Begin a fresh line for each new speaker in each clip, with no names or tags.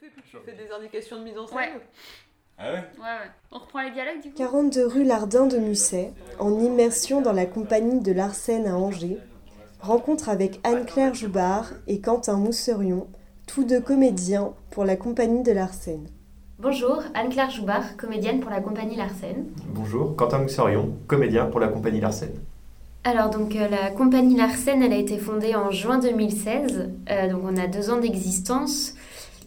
fais, puis tu fais des indications de mise en scène.
Ouais.
Ah ouais
Ouais, ouais. On reprend les dialogues du coup
42 rue Lardin de Musset, en immersion dans la compagnie de Larsen à Angers, rencontre avec Anne-Claire Joubard et Quentin Mousserion, tous deux comédiens pour la compagnie de Larsen.
Bonjour, Anne-Claire Joubard, comédienne pour la compagnie Larsen.
Bonjour, Quentin Mousserion, comédien pour la compagnie Larsen.
Alors donc euh, la compagnie Larsen, elle a été fondée en juin 2016, Euh, donc on a deux ans d'existence.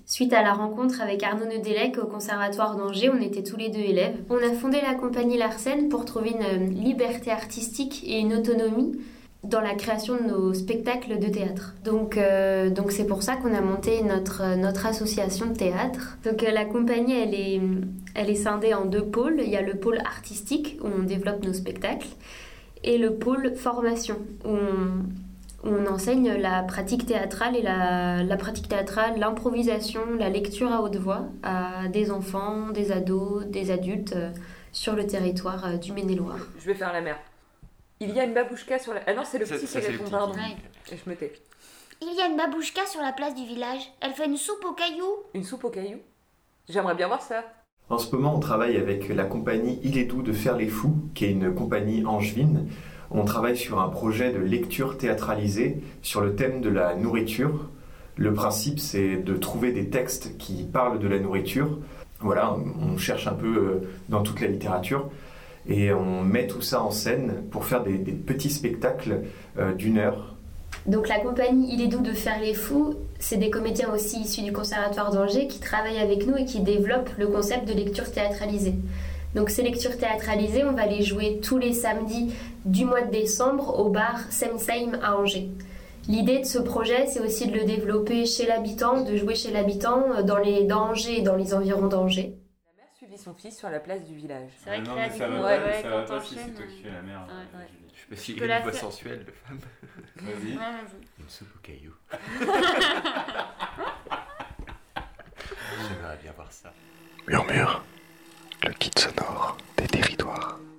Suite à la rencontre avec Arnaud Nedelec au Conservatoire d'Angers, on était tous les deux élèves. On a fondé la compagnie Larsen pour trouver une euh, liberté artistique et une autonomie dans la création de nos spectacles de théâtre. Donc euh, donc c'est pour ça qu'on a monté notre euh, notre association de théâtre. Donc euh, la compagnie elle est elle est scindée en deux pôles. Il y a le pôle artistique où on développe nos spectacles et le pôle formation où on, où on enseigne la pratique théâtrale et la, la pratique théâtrale, l'improvisation, la lecture à haute voix à des enfants, des ados, des adultes euh, sur le territoire euh, du Maine-et-Loire.
Je vais faire la mère. Il y a une babouchka sur la. Ah non, c'est le
Ça-
petit
ça,
qui
c'est le
répond,
petit.
pardon.
Ouais.
Et je me tais.
Il y a une babouchka sur la place du village. Elle fait une soupe aux cailloux.
Une soupe aux cailloux J'aimerais bien voir ça.
En ce moment, on travaille avec la compagnie Il est doux de faire les fous, qui est une compagnie angevine. On travaille sur un projet de lecture théâtralisée sur le thème de la nourriture. Le principe, c'est de trouver des textes qui parlent de la nourriture. Voilà, on on cherche un peu euh, dans toute la littérature et on met tout ça en scène pour faire des, des petits spectacles euh, d'une heure
Donc la compagnie Il est doux de faire les fous, c'est des comédiens aussi issus du Conservatoire d'Angers qui travaillent avec nous et qui développent le concept de lecture théâtralisée. Donc ces lectures théâtralisées, on va les jouer tous les samedis du mois de décembre au bar Semsheim à Angers. L'idée de ce projet, c'est aussi de le développer chez l'habitant, de jouer chez l'habitant euh, dans les dans Angers et dans les environs d'Angers.
La mère suivit son fils sur la place du village.
C'est vrai
Ah
que
non,
là,
mais
du
ça
coup,
va
ouais,
pas,
ouais, quand
ça va pas si
t'enchaînes,
c'est toi qui fais la merde.
Ouais.
euh, Julie.
Je sais pas si
Tu
il
peux
a
la
une voix
faire.
sensuelle de femme.
Ouais,
Vas-y.
vas-y.
Une soupe aux cailloux. J'aimerais bien voir ça.
Murmure, le kit sonore des territoires.